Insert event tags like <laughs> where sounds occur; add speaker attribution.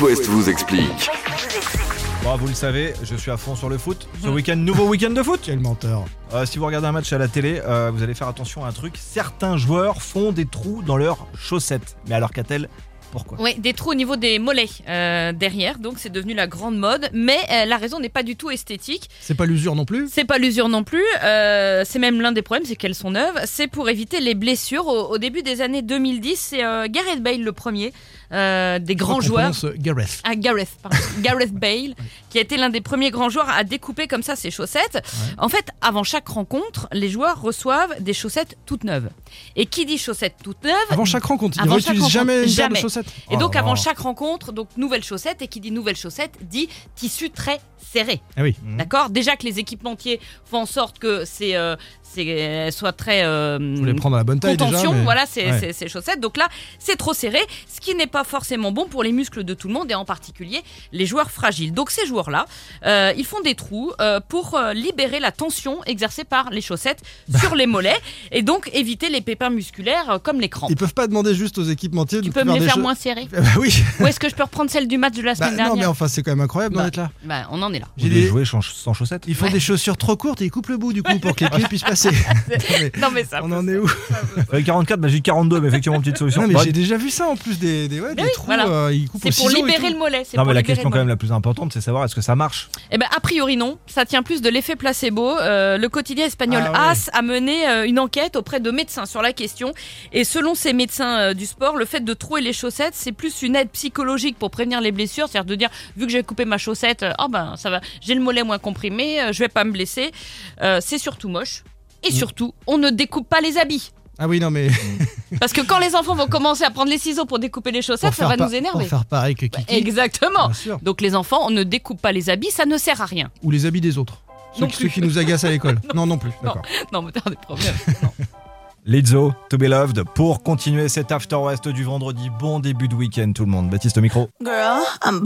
Speaker 1: West vous explique.
Speaker 2: Bon, Bah, vous le savez, je suis à fond sur le foot. Ce week-end, nouveau week-end de foot.
Speaker 3: Quel menteur.
Speaker 2: Euh, si vous regardez un match à la télé, euh, vous allez faire attention à un truc. Certains joueurs font des trous dans leurs chaussettes. Mais alors qu'a-t-elle Pourquoi
Speaker 4: Oui, des trous au niveau des mollets euh, derrière, donc c'est devenu la grande mode. Mais euh, la raison n'est pas du tout esthétique.
Speaker 3: C'est pas l'usure non plus
Speaker 4: C'est pas l'usure non plus. euh, c'est même l'un des problèmes, c'est qu'elles sont neuves. C'est pour éviter les blessures. Au, au début des années 2010, c'est euh, Gareth Bale le premier euh, des grands joueurs.
Speaker 3: Je crois qu'on prononce Gareth.
Speaker 4: Ah, Gareth, pardon. <laughs> Gareth Bale, qui a été l'un des premiers grands joueurs à découper comme ça ses chaussettes. En fait, avant chaque rencontre, les joueurs reçoivent des chaussettes toutes neuves. Et qui dit chaussettes toutes neuves
Speaker 3: Avant chaque rencontre, il
Speaker 4: Ah, Avant chaque
Speaker 3: réutilise
Speaker 4: rencontre,
Speaker 3: jamais une paire de
Speaker 4: jamais.
Speaker 3: chaussettes. Ah,
Speaker 4: Et donc,
Speaker 2: Oh.
Speaker 4: avant chaque rencontre, donc nouvelle chaussette, et qui dit nouvelle chaussette dit tissu très serré.
Speaker 3: Ah oui.
Speaker 2: Mhm.
Speaker 4: D'accord Déjà que les équipementiers font en sorte que c'est, euh, c'est, elles soient très. euh,
Speaker 3: Vous les prendre à la bonne taille
Speaker 4: contention,
Speaker 3: déjà. mais-
Speaker 4: voilà, c'est
Speaker 3: Ouais.
Speaker 4: c'est- ces chaussettes. Donc là, c'est trop serré, ce qui n'est pas forcément bon pour les muscles de tout le monde et en particulier les joueurs fragiles. Donc ces joueurs-là, euh, ils font des trous euh, pour euh, libérer la tension exercée par les chaussettes
Speaker 3: <laughs>
Speaker 4: sur les mollets et donc éviter les pépins musculaires euh, comme les crampes.
Speaker 3: Ils peuvent pas demander juste aux équipementiers
Speaker 4: Tu
Speaker 3: de
Speaker 4: peux me
Speaker 3: faire
Speaker 4: les
Speaker 3: des
Speaker 4: faire
Speaker 3: cha- <laughs>
Speaker 4: moins serrés
Speaker 3: Ah bah oui.
Speaker 4: Ou est-ce que je peux reprendre celle du match de la
Speaker 3: Bah
Speaker 4: semaine
Speaker 3: non, mais
Speaker 4: dernière
Speaker 3: enfin, c'est quand même incroyable d'en
Speaker 4: Bah.
Speaker 3: être là.
Speaker 4: Bah, On en est là.
Speaker 3: <laughs>
Speaker 2: J'ai
Speaker 3: J'ai
Speaker 2: des
Speaker 3: des-
Speaker 2: joueurs sans, sans chaussettes.
Speaker 3: Ils font
Speaker 4: Ouais.
Speaker 3: des chaussures trop courtes et ils coupent le bout du coup pour que
Speaker 4: <laughs>
Speaker 3: les clés puissent passer. Mais
Speaker 4: Non mais ça.
Speaker 3: On en est où
Speaker 4: bah,
Speaker 2: Euh, 44, bah, j'ai eu 42, mais effectivement, petite solution.
Speaker 3: Non, mais
Speaker 2: Bah,
Speaker 3: j'ai déjà vu ça en plus des, des, ouais, des
Speaker 4: oui,
Speaker 3: trous.
Speaker 4: voilà.
Speaker 3: euh, ils coupent au
Speaker 4: C'est pour
Speaker 3: ciseau et
Speaker 4: libérer
Speaker 3: tout.
Speaker 4: le mollet. c'est
Speaker 2: non,
Speaker 4: pour
Speaker 2: mais la
Speaker 4: libérer le
Speaker 2: question quand
Speaker 4: mollet.
Speaker 2: même la plus importante, c'est savoir est-ce que ça marche.
Speaker 4: Eh ben, a priori non, ça tient plus de l'effet placebo. Euh, le quotidien espagnol
Speaker 3: Ah ouais.
Speaker 4: AS a mené euh, une enquête auprès de médecins sur la question. Et selon ces médecins euh, du sport, le fait de trouer les chaussettes, c'est plus une aide psychologique pour prévenir les blessures. C'est-à-dire de dire, vu que j'ai coupé ma chaussette, euh, oh ben ça va, j'ai le mollet moins comprimé, euh, je vais pas me blesser. Euh, c'est surtout moche.
Speaker 2: Mm.
Speaker 4: Et surtout, on ne découpe pas les habits.
Speaker 3: Ah oui, non, mais.
Speaker 4: Parce que quand les enfants vont commencer à prendre les ciseaux pour découper les chaussettes,
Speaker 3: pour
Speaker 4: ça
Speaker 3: faire
Speaker 4: va
Speaker 3: pa-
Speaker 4: nous énerver. Bah,
Speaker 3: Pour faire pareil que Kiki.
Speaker 4: Exactement.
Speaker 3: Bien sûr.
Speaker 4: Donc les enfants, on ne découpe pas les habits, ça ne sert à rien. <laughs>
Speaker 3: Ou les habits des autres. Ceux,
Speaker 4: Non
Speaker 3: qui-
Speaker 4: plus.
Speaker 3: ceux qui nous agacent à
Speaker 4: <laughs>
Speaker 3: l'école. non, non plus. D'accord.
Speaker 4: Non, mais t'as des problèmes.
Speaker 2: Lizzo, To Be Loved, pour continuer cet After West du vendredi. Bon début de week-end, tout le monde. Baptiste au micro.
Speaker 5: Girl, I'm about